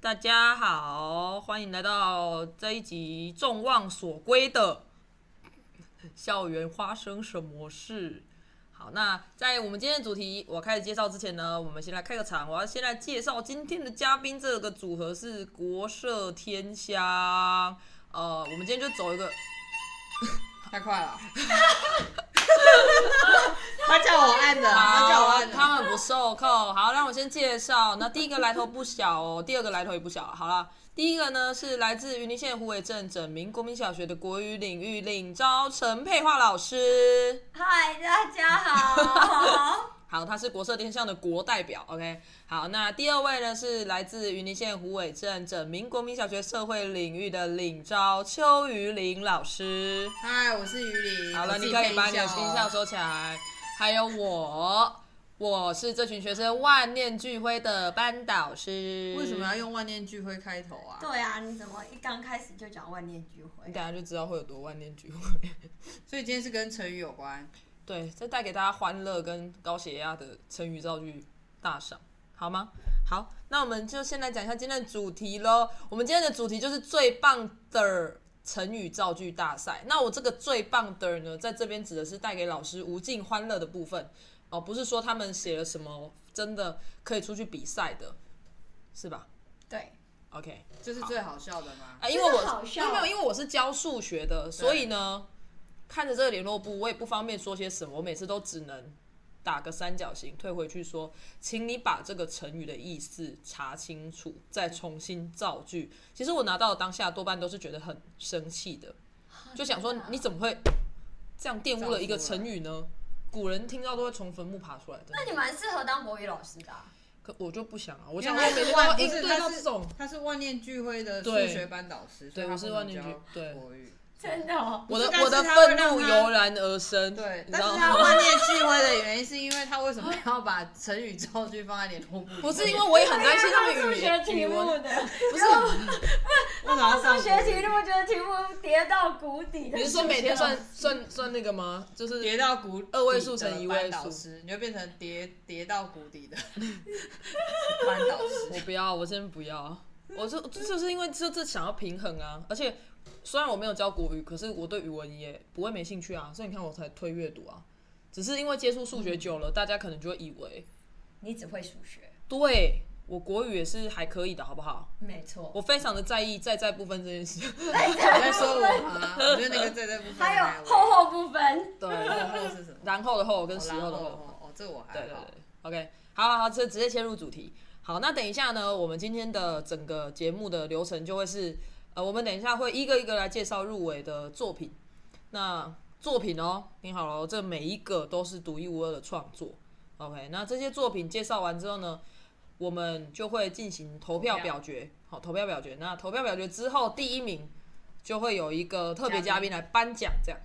大家好，欢迎来到这一集众望所归的校园发生什么事。好，那在我们今天的主题我开始介绍之前呢，我们先来开个场。我要先来介绍今天的嘉宾，这个组合是国色天香。呃，我们今天就走一个，太快了！他叫我按的，他叫我好，按的。他们不受控。好，让我先介绍。那第一个来头不小哦，第二个来头也不小。好啦，第一个呢是来自云林县虎尾镇整明国民小学的国语领域领招陈佩桦老师。嗨，大家好。 好，他是国色天香的国代表。OK，好，那第二位呢是来自云林县虎尾镇整明国民小学社会领域的领招邱于林老师。嗨，我是鱼鳞。好了，我自你己可以配把你的音效音效哦。收起来。还有我，我是这群学生万念俱灰的班导师。为什么要？用万念俱灰开头啊？对啊，你怎么一刚开始就讲万念俱你灰？等下就知道会有多万念俱灰。所以今天是跟成语有关。对，再带给大家欢乐跟高血压的成语造句大赏，好吗？好，那我们就先来讲一下今天的主题喽。我们今天的主题就是最棒的成语造句大赛。那我这个最棒的呢，在这边指的是带给老师无尽欢乐的部分哦，不是说他们写了什么真的可以出去比赛的，是吧对， ？OK，这是最好笑的吗？啊，因为我真的好因笑为没有，因为我是教数学的，所以呢，看着这个联络簿，我也不方便说些什么，我每次都只能打个三角形，退回去说，请你把这个成语的意思查清楚，再重新造句。其实我拿到的当下多半都是觉得很生气的，啊就想说你怎么会这样玷污了一个成语呢？古人听到都会从坟墓爬出来的，那你蛮适合当国语老师的啊、可我就不想啊，我因想为我每他是天都要万，应不是对到他这是种，他是万念俱灰的数对学班导师，所对以他我是不能万念教俱对国语。真的哦。我的但是我的他愤会怒让他油然而生，对，你知但道是他吗？万念俱灰的原因是因为他为什么要把成语造句放在联络簿？ 不是因为我也很担心他们数语学言题目的，不是，为什么要上数学题目觉得题目跌到谷底的。你是说每天算 算算那个吗？就是跌到谷底的二位数乘一位数班 导师，你就变成跌跌到谷底的 班 导我师。不要，我先不要，我就就是因为这这想要平衡啊，而且虽然我没有教国语，可是我对语文也不会没兴趣啊，所以你看我才推阅读啊，只是因为接触数学久了，大家可能就会以为你只会数学，对。我国语也是还可以的，好不好？没错。我非常的在意在在部分这件事。 你在说 我吗？我觉得那个在在部分还害有我厚厚不分，对，然后是什么？然后的后跟哦时然候后的后。哦，这我对还对好。对，OK，好好好，这直接切入主题。好，那等一下呢，我们今天的整个节目的流程就会是，呃，我们等一下会一个一个来介绍入围的作品。那作品哦，听好了哦，这每一个都是独一无二的创作。OK，那这些作品介绍完之后呢，我们就会进行投票投票表决。好，投票表决。那投票表决之后，第一名就会有一个特别嘉宾来颁奖，这样。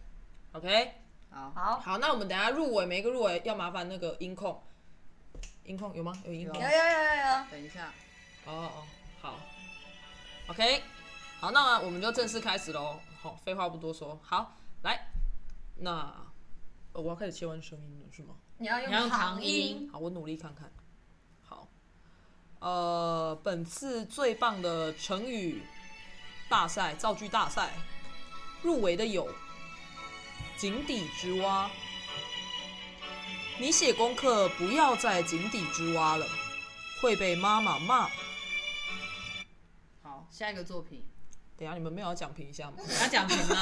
OK，好，好，好，那我们等一下入围，每一个入围要麻烦那个音控，音控有吗？有音控？有哦有有有有，等一下，哦，哦好，OK，好，那我们就正式开始喽。好，废话不多说，好，来，那、哦我要开始切换声音了，是吗？你要你要用用长长音好，我努力看看。好，呃，本次最棒的成语大赛造句大赛入围的有井底之蛙。你写功课不要再井底之蛙了，会被妈妈骂。好，下一个作品，等一下你们没有要讲评一下吗？ 你要讲评 吗？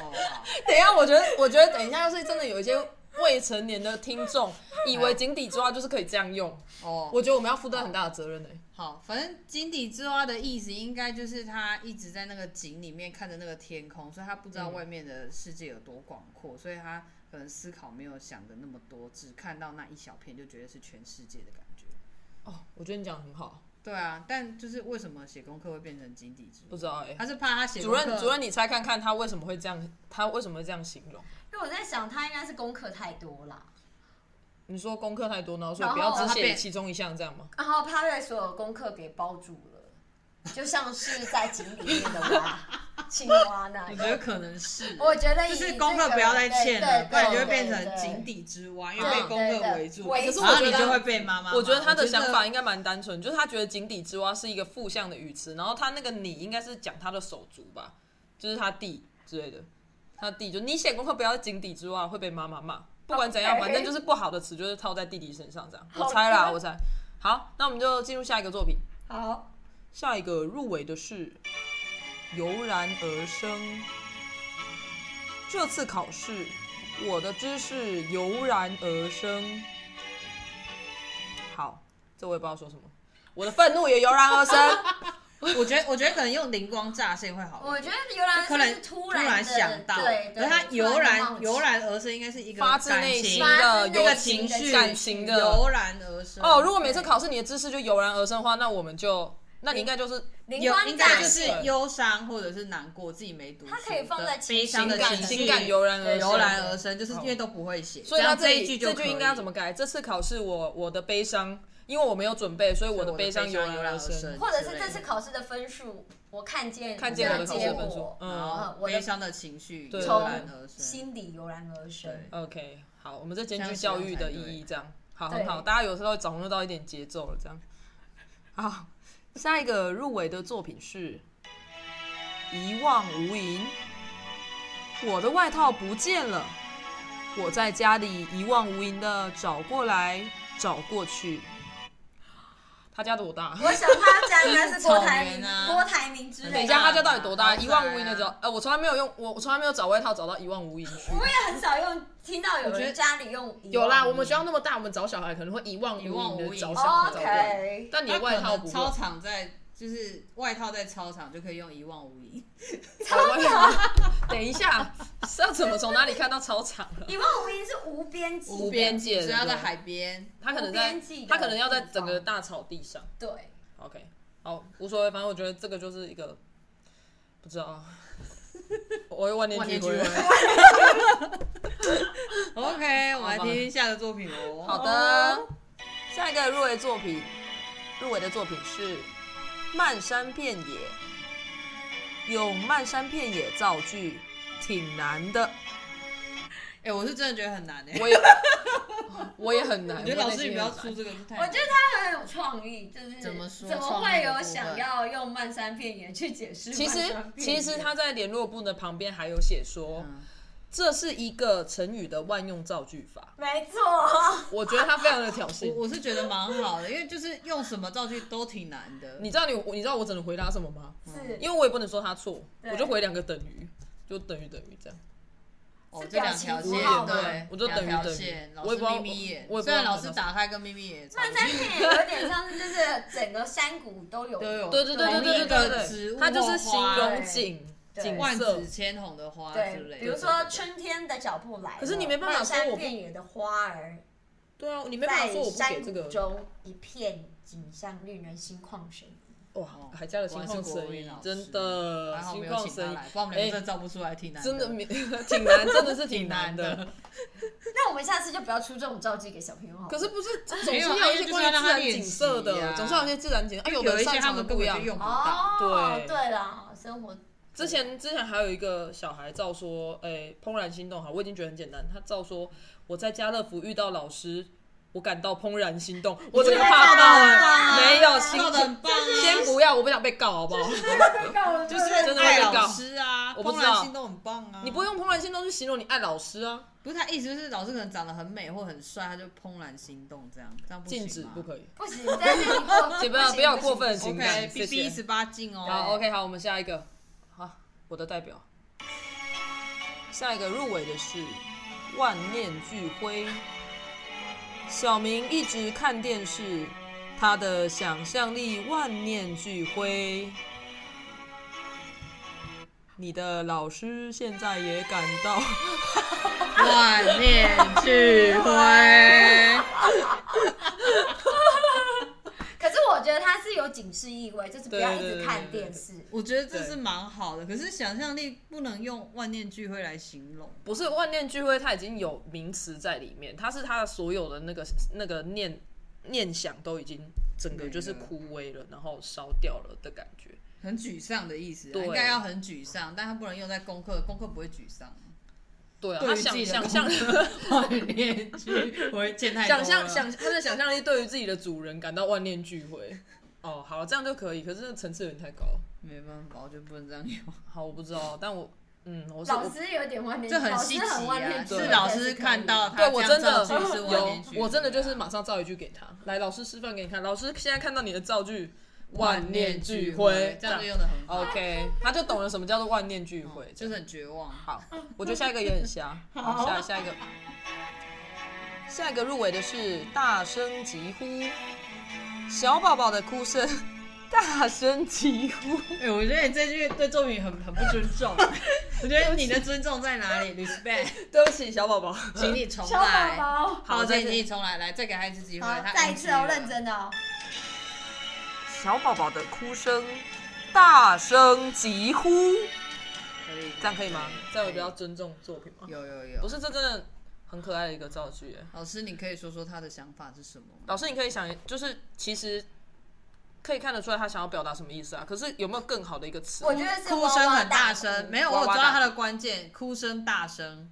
哦，好，等一下，我觉得，我觉得等一下，要是真的有一些未成年的听众以为井底之蛙就是可以这样用，哦，我觉得我们要负担很大的责任呢、欸好，反正井底之蛙的意思应该就是他一直在那个井里面看着那个天空，所以他不知道嗯外面的世界有多广阔，所以他可能思考没有想的那么多，只看到那一小片就觉得是全世界的感觉。哦，我觉得你讲的很好，对啊，但就是为什么写功课会变成井底之不蛙？知道哎、他是怕他写主功课任，主任，你猜看看他为什么会这样？他为什么会这样形容？因为我在想他应该是功课太多啦，你说功课太多，然后说然后不要只他写变其中一项这样吗？然后他被所有功课给包住了，就像是在井里面的蛙。青蛙那我里觉。得可能是，我觉得就以是这功课个不要再欠了，对对不然你就会对变对成对井底之蛙，因为对被对功课对围住，围可是然后我觉你得就会被妈妈骂。我觉得他的真想法应该蛮单纯，就是他觉得井底之蛙是一个负向的语词，然后他那个你应该是讲他的手足吧，就是他弟之类的，他弟就你写功课不要井底之蛙会被妈妈骂，不管怎样， OK 反正就是不好的词就是套在弟弟身上这样，我好猜啦，的我猜。好，那我们就进入下一个作品，好，下一个入围的是《油然而生》。这次考试，我的知识油然而生。好，这我也不知道说什么，我的愤怒也油然而 生。我觉得我觉得可能用灵光乍现会好一点，我觉得游览可车能是突然然的想到，对，对而他油突的冒然起油然而生，应该是一个发自感内心情的发自一有个内情心的绪感情的油然而生。哦，如果每次考试你的知识就油然而生的话，那我们就，那你应该就是灵有光应该乍就是现，忧伤或者是难过，自己没读书，它可以放在的情悲伤的情感绪情感油然而对生哦油然而生，就是因为都不会写，所以他这样这一句就这可以句应该要怎么？改？这次考试我我的悲伤，因为我没有准备，所以我的悲伤油然而所以我的悲伤油然而生生。或者是这次考试的分数，我看见看见我的考考试试结分数果，，然嗯后悲伤的情绪对油然而生。心底油然而生对。 OK，好，我们这兼具教育的意义，这样好，对很好，大家有时候掌握到一点节奏了，这样。好，下一个入围的作品是《一望无垠》，我的外套不见了，我在家里一望无垠的找过来找过去。他家多大？我想他家应 该是郭台草原铭啊，郭台铭之等类一的下，吧。他家到底多大？一望无垠的好找，呃，我从来没有用，我我从来没有找外套找到一望无垠去。我也很少用听到有我觉得人家里用一万有五。啦，我们学校那么大，我们找小孩可能会一望一无望垠无的垠找哦小孩找过来。哦 OK，但你的外套不会，操哦场在就是外套在操场就可以用一望无垠，操场。 等一下，是要怎么从哪里看到操场 了？一望无垠是无边际的，无边界的只要对在海边，他可能无在边际，的他可能要在整个大草地上。对， OK，好，无所谓，反正我觉得这个就是一个不知道，我会万念俱灰。 OK，我们哎来听听下个作品哦。好的，下一个入围作品，入围的作品是《漫山遍野》，用漫山遍野造句挺难的，哎、我是真的觉得很难哎、我也 我也很难。我觉得老师也很你不要难出这个字太我难。觉得他很有创意，就是怎么说怎么会有想要用漫山遍野去解释其漫实山遍其野？实他在联络部的旁边还有写说，嗯这是一个成语的万用造句法。没错，我觉得他非常的挑衅。 我我是觉得蛮好的，因为就是用什么造句都挺难的。你知道你我你知道我只能回答什么吗？是因为我也不能说他错，对我就回两个等于，就等于等于这样。哦，是这两条表情符线号吗对，我就等于两条等于线我也不知道老师眯眯眼我也不知道虽然老师打开跟眯眯眼差不漫多，山遍野有点像是就是整个山谷都有，都有对对对对对对同一个植对物对，它就是形容对景对景万色紫。千红的花之对类的。比如说春天的脚步来了，可是你没办法说我不漫山遍野的花儿对啊，你没办法在说我不给山这谷个。中一片景象，令人心旷神怡。哇，还加了心果然旷是哦国神民怡老，师真的还好心没有旷请他神怡来，，不然我们两哎个真的造不出来，挺难真的没挺难，真的是挺 挺难难的。的。那我们下次就不要出这种造句给小朋友好了。可是不 是，总是没有要有因为一些就是关于要让自他然练景色习的，呀总是要有一些自然景色。哎，有的一些擅他长的们不根一本样就。用不到。哦对，对啦，生 活之前之前还有一个小孩照说，哎、怦然心动哈，我已经觉得很简单。他照说，我在家乐福遇到老师，我感到怦然心动，我整个怕到到很了。棒啊，没有造的很棒啊，先不要，我不想被告，好不好？ 就是真的哎爱会告老师啊，我不怦知道然心动很棒啊。你不会用怦然心动去形容你爱老师啊？不是他意思就是老师可能长得很美或很帅，他就怦然心动这样，这样不行禁吗止不可啊以，不行，但是你 过，请不要行不要行过分的情感 OK，B 谢 B 谢。十八禁好哦。 ，OK，好，我们下一个，好，我的代表，下一个入围的是万念俱灰。小明一直看电视，他的想象力万念俱灰。你的老师现在也感到，万念俱 灰。可是我觉得它是有警示意味，就是不要一直看电视。我觉得这是蛮好的，可是想象力不能用万念俱灰来形容。不是万念俱灰，它已经有名词在里面，它是它的所有的那个那个念念想都已经整个就是枯萎了，然后烧掉了的感觉。很沮丧的意思啊，对应该要很沮丧，但他不能用在功课，功课不会 沮丧。对啊，对他于自想己的想功象万念俱灰，见太多想了象想他 的想象力对于自己的主人感到万念俱灰。哦，好，这样就可以，可是那层次有点太高。没办法，我就不能这样用。 好，我不知道，但我嗯，我是老我师有点外面，这很老师稀奇很外啊！面，是老师看到他对我这真样的造 句是万年俱有，灰我真的就是马上造一句给他。来，老师示范给你看。老师现在看到你的造句，万念俱灰，哦这样就用的很好， OK，他就懂了什么叫做万念俱灰。就是很绝望。好，我觉得下一个也很瞎。好，下下一个，下一个入围的是大声疾呼，小宝宝的哭声，大声疾呼。哎、我觉得你这句对作品很很不尊重。我觉得你的尊重在哪里？respect， 对不起，小宝宝。请你重小宝来。宝，好，再再次请你重来，来再给他一次机会。好，他再一次哦，误区了认。真的哦。小宝宝的哭声，大声疾呼，可以，这样可以吗？这样我比较尊重作品吗？有有有。不是，这真的很可爱的一个造句耶。老师，你可以说说他的想法是什么吗？老师，你可以想，就是其实可以看得出来他想要表达什么意思啊。可是有没有更好的一个词？我觉得是哭娃声娃很大大声，哭没有，我有抓到他的关键，哭声大声，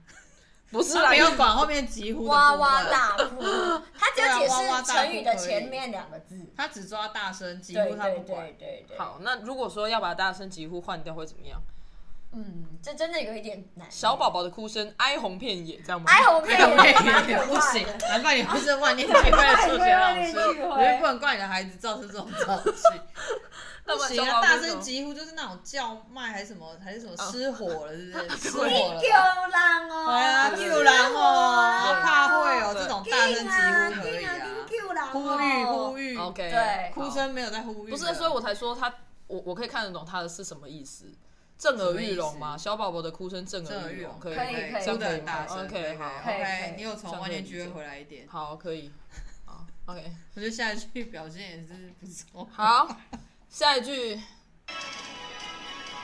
不是他啦，没有管后面疾呼的部分哇哇，大哭，他只有解对啊哇哇释大哭成语的前面两个字。他只抓大声，疾对呼他对不对管。对对。，好，那如果说要把大声疾呼换掉会怎么样？嗯，这真的有一点难。小宝宝的哭声哀鸿遍野，这样吗？哎，我没没有有，没有蛮没有可不怕行的，难怪你不是万年俱灰的数学老 师，难怪万念俱灰我觉得不能怪你的孩子造成这种造 句。那不么行小宝啊，大宝为什声么疾呼就是那种叫卖还是什么，还是什么失火了，是不 是？失火了。丢人哦！哎呀，对救人哦 对，怕会哦，对这种救大声人疾啊呼可以啊。哦救人啊呼吁呼吁 OK，对好哭声没有在呼吁不的，是，所以我才说他，我我可以看得懂他的是什么意思。震耳欲聋什么吗？意思小宝宝的哭声震震耳耳欲欲聋，聋，可以可吗以可以这哭样可以的吗很大声。 OK，可好以可 OK，以你有从万年俱灰可以回来一点，好，可以，好，OK，我觉得下一句表现也是不错。好，下一句，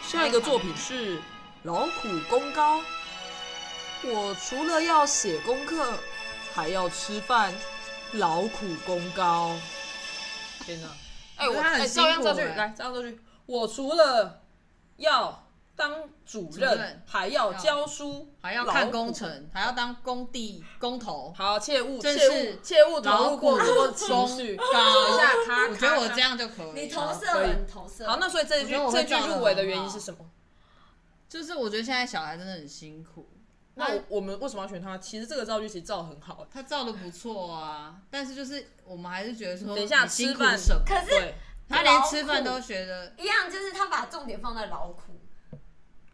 下一个作品是《劳苦功高》。我除了要写功课，还要吃饭，劳苦功高。天 哪！哎、我可是他哎、很辛照样苦造句，哎来照样造句。我除了要当主任，主任还要教书，还要劳看苦工。程，还要当工地工头，好，切勿真切是勿切勿投劳入过苦多的情功绪。高。等一下，咔我觉得我这。咔咔样就可以。你投射可以了，你投射 了。好，那所以这一我句觉得我这会一句照得入围的很原因好是什么？就是我觉得现在小孩真的很辛苦，那我我们为什么要选他？其实这个造句其实造得很好。欸他造的不错啊，但是就是我们还是觉得说，等一下辛吃苦饭什么？可是对，他连吃饭都觉得，一样，就是他把重点放在劳苦。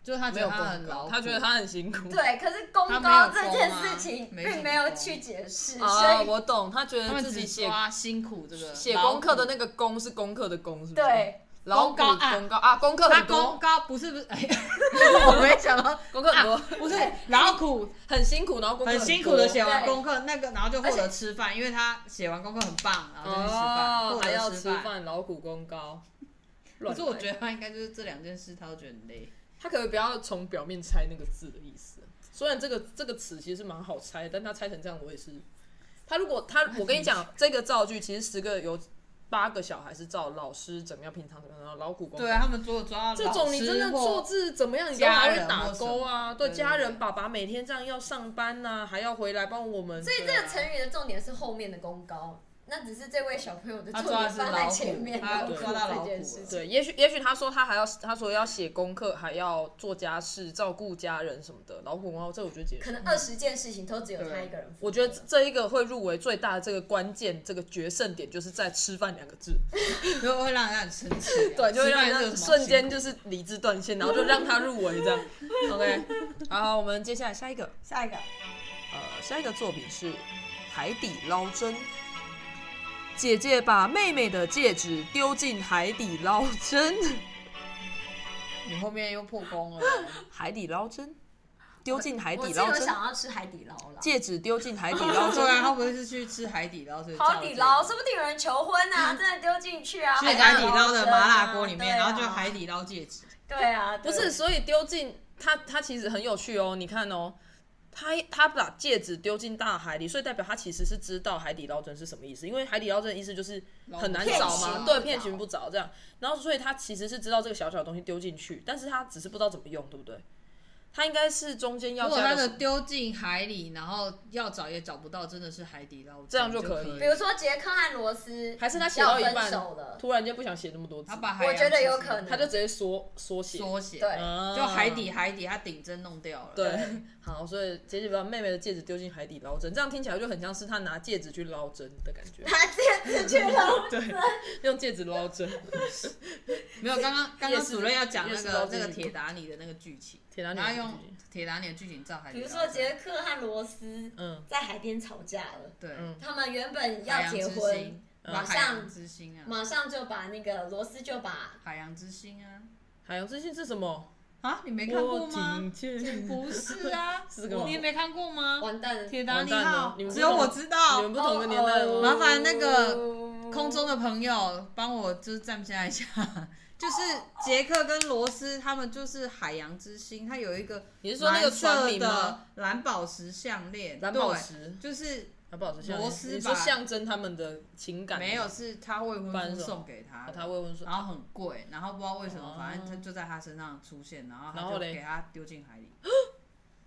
就是他没觉有得他很功劳高，苦，他觉得他很辛苦。对，可是功他没有高功啊这件事情嗯没什么并没有去解释，啊，所以我懂，他觉他得们自己只写抓辛苦这个写功课的那个，个功是功课的功，是不是？对，劳苦功高啊功高啊，功课他很功多，高不是不是，哎呀我没想到功课很多，不是哎劳苦，啊很辛苦，然后功课很多哦辛苦的写完对功课，那个然后就获而得吃饭，因为他写完功课很棒，然后就去吃饭，哦获，还要得吃饭。饭，劳苦功高。可是我觉得得他应该就是这两件事，他都觉得很累。他可能不要从表面猜那个字的意思。虽然这个这个词其实蛮好猜的，但他猜成这样，我也是。他如果他，我跟你讲，这个造句其实十个有八个小孩是照老师怎么样，平常怎么样，劳苦功高。对啊，他们如果抓到这种你真的错字怎么样，你都家还会人打或什勾啊。么对，对家对人对爸爸每天这样要上班呐、还要回来帮我们。所以这对个啊成语的重点是后面的功高，那只是这位小朋友的他重抓的点是放在前面劳苦劳苦他抓到劳这苦件了事情。对，也许也许他说他还要，他说要写功课，还要做家事，照顾家人什么的，劳苦功啊高，这我觉得解可释。能二十件事情都只有他一个人负责。我觉得这一个会入围最大的这个关键，这个决胜点就是在“吃饭”两个 字，就会让人家很生气啊、对，就会让吃人饭是有什么家好瞬间辛苦就是理智断线，然后就让他入围 这样。OK，好，我们接下来下一个。下一个，呃，下一个作品是《海底捞针》。姐姐把妹妹的戒指丢进海底捞针， 你后面又破功了，海底捞针，丢进海我底是捞有针，想要吃海底捞啦。戒指丢进海底捞 对啊，针。他不会是去吃海底捞，所以造海成底捞，说不定有人求婚啊，真的丢进去啊，去海底捞的海底麻啊辣锅里面，对啊然后就海底捞戒指，对啊，对不是，所以丢进它，它其实很有趣哦。你看哦，他他把戒指丢进大海里，所以代表他其实是知道海底捞针是什么意思，因为海底捞针的意思就是很难骗找寻嘛，不对，着骗寻不着这样。然后所以他其实是知道这个小小的东西丢进去，但是他只是不知道怎么用，对不对？他应该是中间要如果加他个的什么丢进海里，然后要找也找不到，真的是海底捞针，这样就就可以以比。如说杰克和罗斯，还是他写要到一分半手了，突然间不想写那么多字他，把海我洋觉得有其实可能他就直接缩缩写。缩写，对啊就海底海底，他顶针弄掉了。对， 好，所以杰姐把妹妹的戒指丢进海底捞针，这样听起来就很像是他拿戒指去捞针的感 觉，他这次去了，对，用戒指捞针。没有，刚 刚刚也刚是主任要讲那也是捞个自己那个铁达尼的那个剧情，铁达尼的然剧后用情铁达尼的剧情照海底比捞如针。说杰克和罗斯嗯，在海边吵架了，对，嗯他们原本海要洋结之婚嗯心，，马海洋上之心啊，马上就把那个罗斯就把海洋之心啊，海洋之心是什么？啊，你没看过我吗听？见。不是啊， 是干嘛你也没看过吗？完蛋了，铁达尼完蛋了号你们，不只有懂我知道你。们不同的年代哦吗？麻烦那个哦空中的朋友帮我就是站起来一下， 就是杰克跟罗斯他们就是海洋之星，它有一个你是说那个蓝船色名吗？的蓝宝石项链，蓝宝石对，就是蓝宝石像螺丝吧你说象征他们的情感？没有，是他未不然婚是夫什么送给他啊的，他未婚说然后很贵，然后不知道为什哦么，反正他就在他身上出现，然后然他后就嘞给他丢 进海里，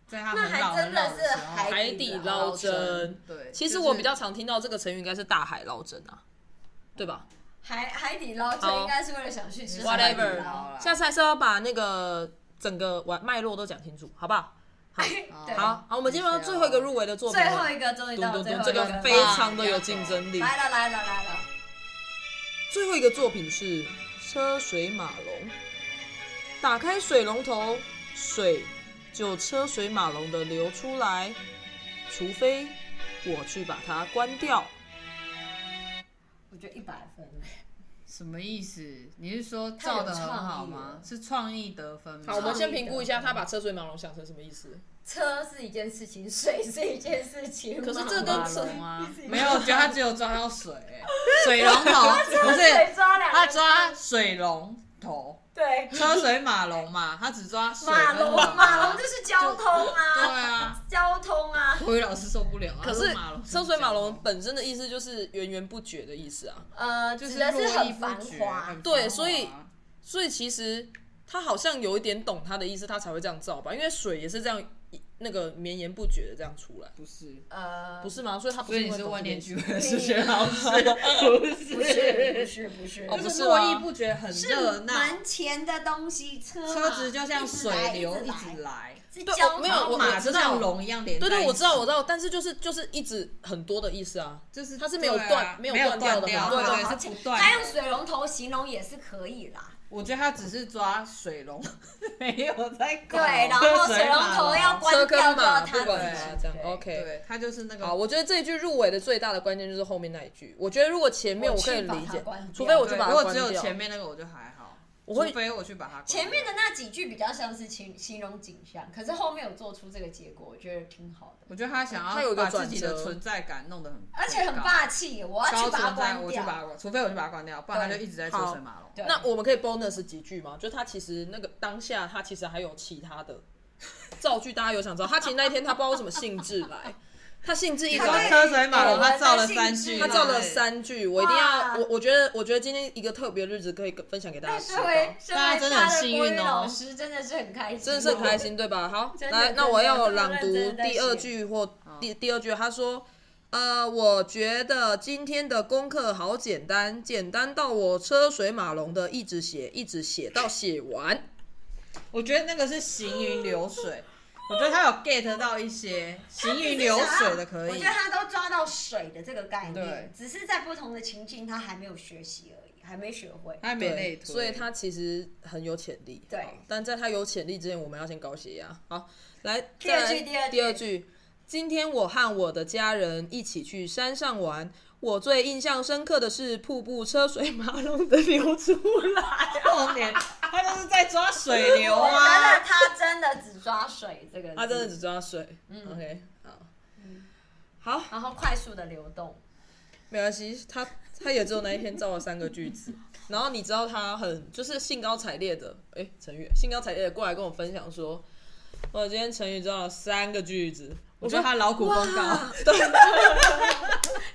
在他那很还老很真的老的是时候，海海底捞针。对，其实就是我比较常听到这个成语，应该是大海捞针啊，对吧？海海底捞针好应该是为了想去吃 Whatever 海底捞，下次还是要把那个整个完脉络都讲清楚，好不好？好，对好，好，我们今天晚上最后一个入围的作品最了，后一个终于读到读了最读，后这一个个非常的有竞争力。来了来了来了，最后一个作品是车水马龙，打开水龙头，水就车水马龙的流出来，除非我去把它关掉。我觉得一百分，什么意思？你是说太有照的很好创意吗了？是创意得分吗？好，我们先评估一下他把车水马龙想成什么意思。车是一件事情，水是一件事情嘛，可是这跟马车龙啊水，没有，我觉得他只有抓到水、欸水龙头不是水抓两个他抓水龙头，对车水马龙嘛，他只抓水马跟龙龙马龙就是交通对啊，啊，交通啊，国语老师受不了啊。可是马龙车水马龙本身的意思就是源源不绝的意思啊，呃，就指是的是络绎很繁不绝，华很，对繁所以华啊所以其实他好像有一点懂他的意思，他才会这样造吧，因为水也是这样一那个绵延不绝的这样出来，不是。呃，不是吗？所以他不所以是你是万年剧区的数学老师， 不不是不是不是哦，就不是啊是络吗绎不绝，很热闹。门前的东西，车车车子就像水流一直来，是对交我没有然后我马知就道像龙一样连在对一起。对，我知道我知道，但是就是就是一直很多的意思啊，就是它是没有对啊断没没有断掉掉的嘛对对对，好是不断的。他用水龙头形容也是可以啦。我觉得他只是抓水龙， 没有在对，管然后水龙马头要关车跟掉就马要不他管自它己这样对 OK。对，他就是那好，个我觉得这一句入围的最大的关键就是后面那一句。我觉得如果前面我我可以去把理它解关掉，除非我对就把它如果关只有前掉。面那个我就还好，我会除非我去把它关前面的那几句比较像是形形容景象，可是后面有做出这个结果，我觉得挺好的，我觉得他想它有一要个把转自己折的存在感弄得很高，而且很霸气耶。我要高去把它存在，关我去把掉。它关，除非我去把它关掉，不然他对就一直在车好水马龙。对，那我们可以 bonus 几句吗？就他其实那个当下，他其实还有其他的 造句，大家有想知道？他其实那一天他不知道为什么兴致来，他兴致一他来抓车水马龙，他造了三句，他造了三句，我一定要哇我我觉得我觉得今天一个特别日子可以跟分享给大家但知身道，为身大家为真的他很的幸国语运哦老师，真的是很开心，真的是很开。心对吧？好，真的来真，的那我要真的朗读认真在第二写句或第第二句，他说。呃，我觉得今天的功课好简单，简单到我车水马龙的一直写，一直写到写完。我觉得那个是行云流水，我觉得他有 get 到一些行云流水的可我以觉得。他都抓到水的这个概念对，只是在不同的情境他还没有学习而已，还没学会。他没内推，所以 他其实很有潜力。对好但在他有潜力之前，我们要先高血压。好，来，第二再来句第二句第二句。今天我和我的家人一起去山上玩，我最印象深刻的是瀑布车水马龙的流出来。 重点，哦他就是在抓水流我觉得啊。他真的只抓水这个，他真的只，抓水。OK，好，嗯好，然后快速的流动。没关系，他他也只有那一天造了三个句子，然后你知道他很就是兴高采烈的，哎、陈宇兴高采烈的过来跟我分享说，我今天成语知道了三个句子，我觉得他劳苦功高哇。对，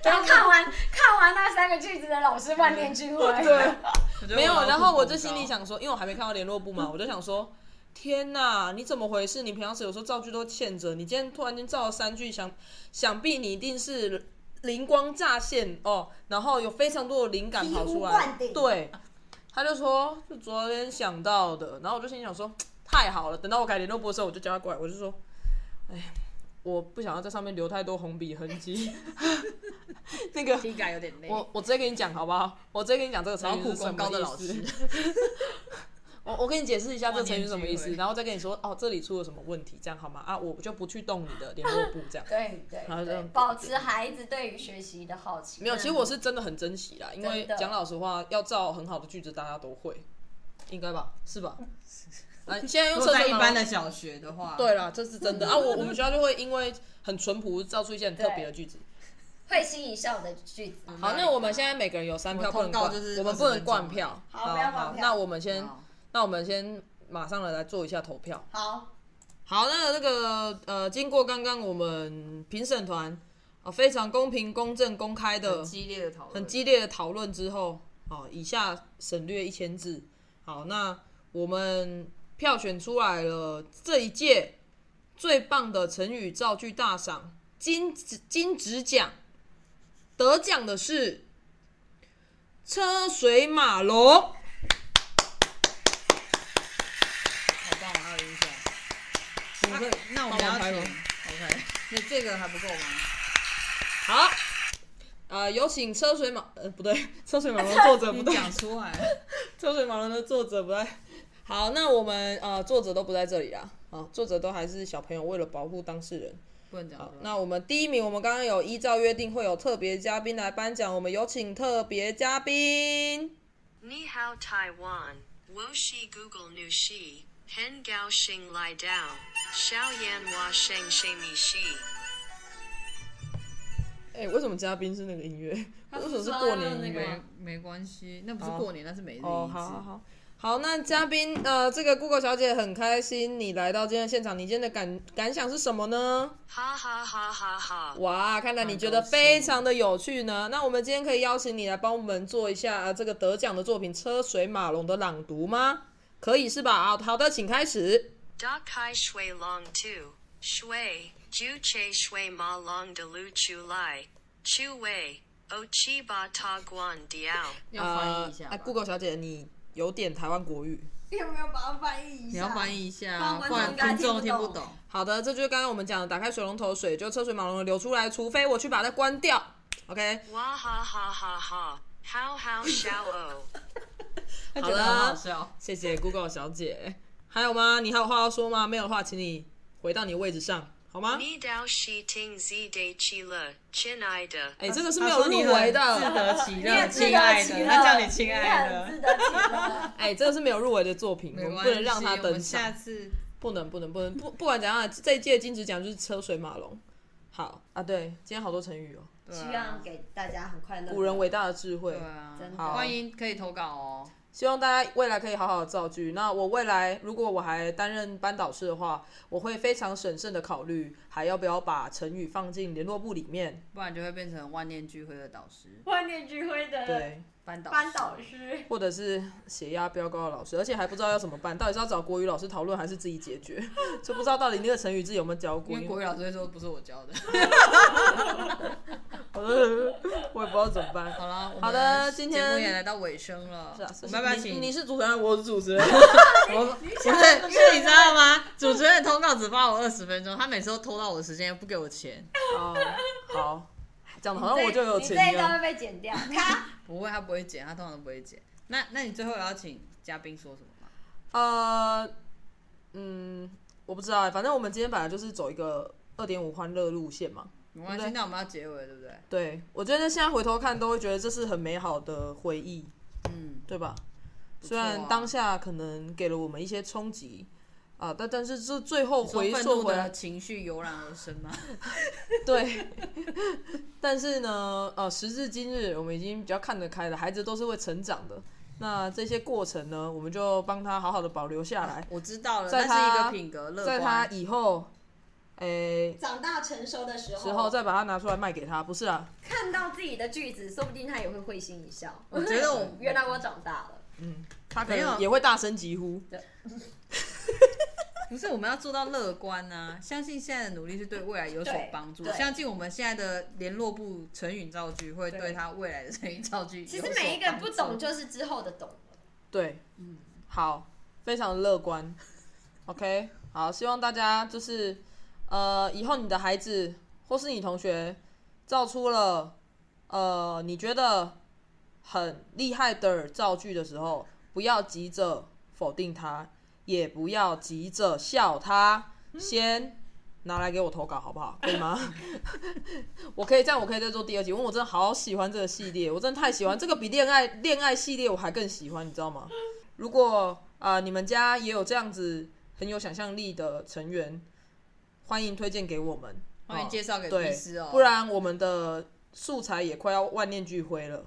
然后看完看完那三个句子的老师万念俱灰。对，。我觉得没有我老。然虎后我功就心里高，想说，因为我还没看到联络簿嘛，我就想说，天哪，你怎么回事？你平常时有时候造句都欠着，你今天突然间造了三句，想想必你一定是灵光乍现哦，然后有非常多的灵感跑醍醐出来灌。顶对，他就说是昨天想到的，然后我就心里想说，太好了，等到我改联络簿的时候，我就叫他过来，我就说，哎。我不想要在上面留太多红笔痕迹，那个第一改有点累。我我直接跟你讲好不好？我直接跟你讲这个成劳语是苦什么功高的老意师思，哦我我跟你解释一下这个成语是什么意忘年思，聚会然后再跟你说哦，这里出了什么问题，这样好吗？啊，我就不去动你的联络部这样对好这对对样，保持孩子对于学习的好奇。嗯没有，其实我是真的很珍惜啦，因为真的讲老实话，要造很好的句子，大家都会，应该吧？是吧？啊，现在 如用果厕在所一般脑的小学的话，对啦，这是真的啊！我我们学校就会因为很淳朴，造出一些很特别的句子。会心一笑的句子。嗯好，那我们现在每个人有三票不能灌，我通告就是我们20不能分钟灌票。好不要灌票那我们先好，那我们先马上的来做一下投票。好，好，那那个呃，经过刚刚我们评审团啊非常公平、公正、公开的很激烈的讨论，很激烈的讨论之后，哦，以下省略一千字。好，那我们票选出来了这一届最棒的成语造句大赏金指金指奖，得奖的是车水马龙。好棒，还啊有音响。你可以那我们帮要忙拍填吗，OK？那 这个还不够吗？好，呃，有请车水马呃不对， 车水马龙的作者不你对，讲出来， 车水马龙的作者不在。好，那我们呃作者都不在这里啦，啊，作者都还是小朋友，为了保护当事人。不能讲出来。那我们第一名，我们刚刚有依照约定会有特别嘉宾来颁奖，我们有请特别嘉宾。 Ni hao Taiwan, wo shi Google nu shi, hen gao xing lai dao, xiao yan wa sheng shemi shi. 哎、为什么嘉宾是那个音乐？为什么是过年音那乐个？没没关系，那不是过年，那是每日一字。哦，好好好，好，那嘉宾呃，这个 Google 小姐很开心你来到今天的现场，你今天的感感想是什么呢？ Ha ha ha ha ha. 哇，看来你很觉得高非兴常的有趣呢。那我们今天可以邀请你来帮我们做一下、呃、这个得奖的作品《车水马龙》的朗读吗？可以是吧？啊，好的，请开始。 Da kai shui long tu, shui, ju che shui ma long de lu chu lai, chu wei, o chi ba ta guan diao. 要翻译一下呃吧。哎，Google 小姐，你有点台湾国语。有没有把它翻译一下？你要翻译一下不然啊，观不然众应该观众听听不不懂懂。好的，这就是刚刚我们讲的，打开水龙头水，就车水马龙的流出来，除非我去把它关掉。OK， Wa ha ha ha ha, how how xiao o. 他好觉得很好了，笑。谢谢 Google 小姐。还有吗？你还有话要说吗？没有的话，请你回到你的位置上，好吗？ Ni dao shi ting zi de chi le, chin ai de. 哎、这个是他没有啊说你入很围的，自得其你乐，也自亲爱得其的，乐，他叫你亲爱你也很的，自得其乐。哎、这个是没有入围的作品，我没们关不系，能让他我登们下场，次不能不能不能不不管怎样，这一届金质奖就是车水马龙。好啊，对，今天好多成语哦，对希啊望给大家很快乐。古人伟大的智慧对，啊真，的好欢迎可以投稿哦。希望大家未来可以好好的造句。那我未来如果我还担任班导师的话，我会非常审慎的考虑，还要不要把成语放进联络簿里面。不然就会变成万念俱灰的导师、万念俱灰的对，班导班导师，或者是血压飙高的老师，而且还不知道要怎么办，到底是要找国语老师讨论，还是自己解决， 就不知道到底那个成语字有没有教过。因为国语老师会说不是我教的。我都 我也不知道怎么办。 好了，我好们的今天节目也来到尾声了，是啊，是我们要不要你请你是主持人，我是主持人。我不 是，不是你知道吗？主持人的通告只发我二十分钟，他每次都偷到我的时间，又不给我钱。哦，好，讲的好像我就有你这钱一一段会样。被剪 掉。咔不会，他不会剪，他通常都不会剪。那那你最后要请嘉宾说什么吗？呃，嗯，我不知道欸，反正我们今天本来就是走一个二点五欢乐路线嘛。没关系，那我们要结尾，对不对？对，我觉得现在回头看都会觉得这是很美好的回忆，嗯，对吧？不虽错啊然当下可能给了我们一些冲击啊，但但是这最后说回愤溯怒回的来，情绪油然而生吗？对， 但是呢，呃，时至今日，我们已经比较看得开了，孩子都是会成长的。那这些过程呢，我们就帮他好好的保留下来， 我知道了，在那是一他个品格乐在观。他以后，诶、长大成熟的时候，之后再把它拿出来卖给他，不是啊？看到自己的句子，说不定他也会会心一笑。我觉得我 原来我长大了，他可没能有也会大声疾呼。不是我们要做到乐观呐、相信现在的努力是对未来有所对帮助，对相信我们现在的联络部成语造句会对对他未来的成语造句有其所实帮助。每一个不懂就是之后的懂了。对，嗯好，非常乐观。OK，好，希望大家就是呃，以后你的孩子或是你同学造出了呃你觉得很厉害的造句的时候，不要急着否定他，也不要急着笑他，嗯先。拿来给我投稿好不好？可以吗？ 我可以这样，我可以再做第二集，因为我真的好喜欢这个系列，我真的太喜欢这个比恋爱恋爱系列我还更喜欢，你知道吗？如果啊、呃你们家也有这样子很有想象力的成员，欢迎推荐给我们，欢迎哦介绍给对律师哦，不然我们的素材也快要万念俱灰了。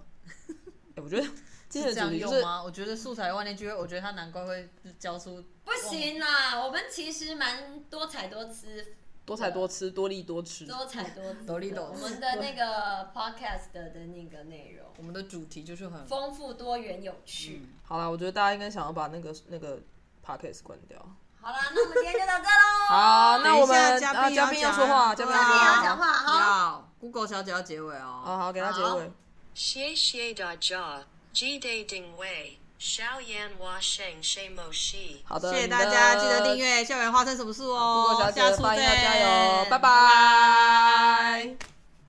哎我 觉得今天的是这主样题就用是吗？我觉得素材万念俱灰，我觉得他难怪会教出不行啦，我们其实蛮多彩多姿，多啊才多姿、多力多吃。多彩多姿的。斗笠斗笠我们的那个 podcast 的的那个内容我们的主题就是很丰富多元有趣。嗯好啦，我觉得大家应该想要把那个那个 podcast 关掉。好啦，那我们今天就到这 喽。好，那我等们一下啊嘉宾要说话，嘉讲啊宾要说话嘉宾要。讲话好要 Google 小姐要结尾哦。好好，给他结好尾。 Xie xie da jia, ji de ding wei, xiao yan wa sheng she mo shi. 好的，谢谢你大的家，记得订阅校园花生什么树哦。 Google 小姐下的次发音要加油见，拜拜